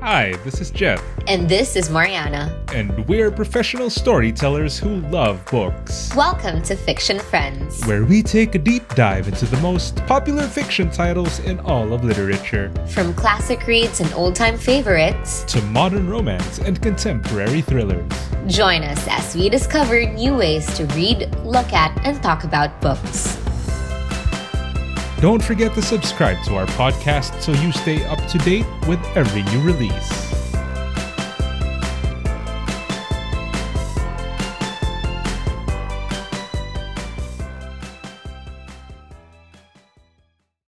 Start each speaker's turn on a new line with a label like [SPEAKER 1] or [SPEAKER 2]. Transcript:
[SPEAKER 1] Hi, this is Jeff,
[SPEAKER 2] And this is Mariana.
[SPEAKER 1] and we're professional storytellers who love books,
[SPEAKER 2] Welcome to Fiction Friends.
[SPEAKER 1] where we take a deep dive into the most popular fiction titles in all of literature,
[SPEAKER 2] From classic reads and old time favorites,
[SPEAKER 1] to modern romance and contemporary thrillers.
[SPEAKER 2] join us as we discover new ways to read, look at, and talk about books.
[SPEAKER 1] Don't forget to subscribe to our podcast so you stay up to date with every new release.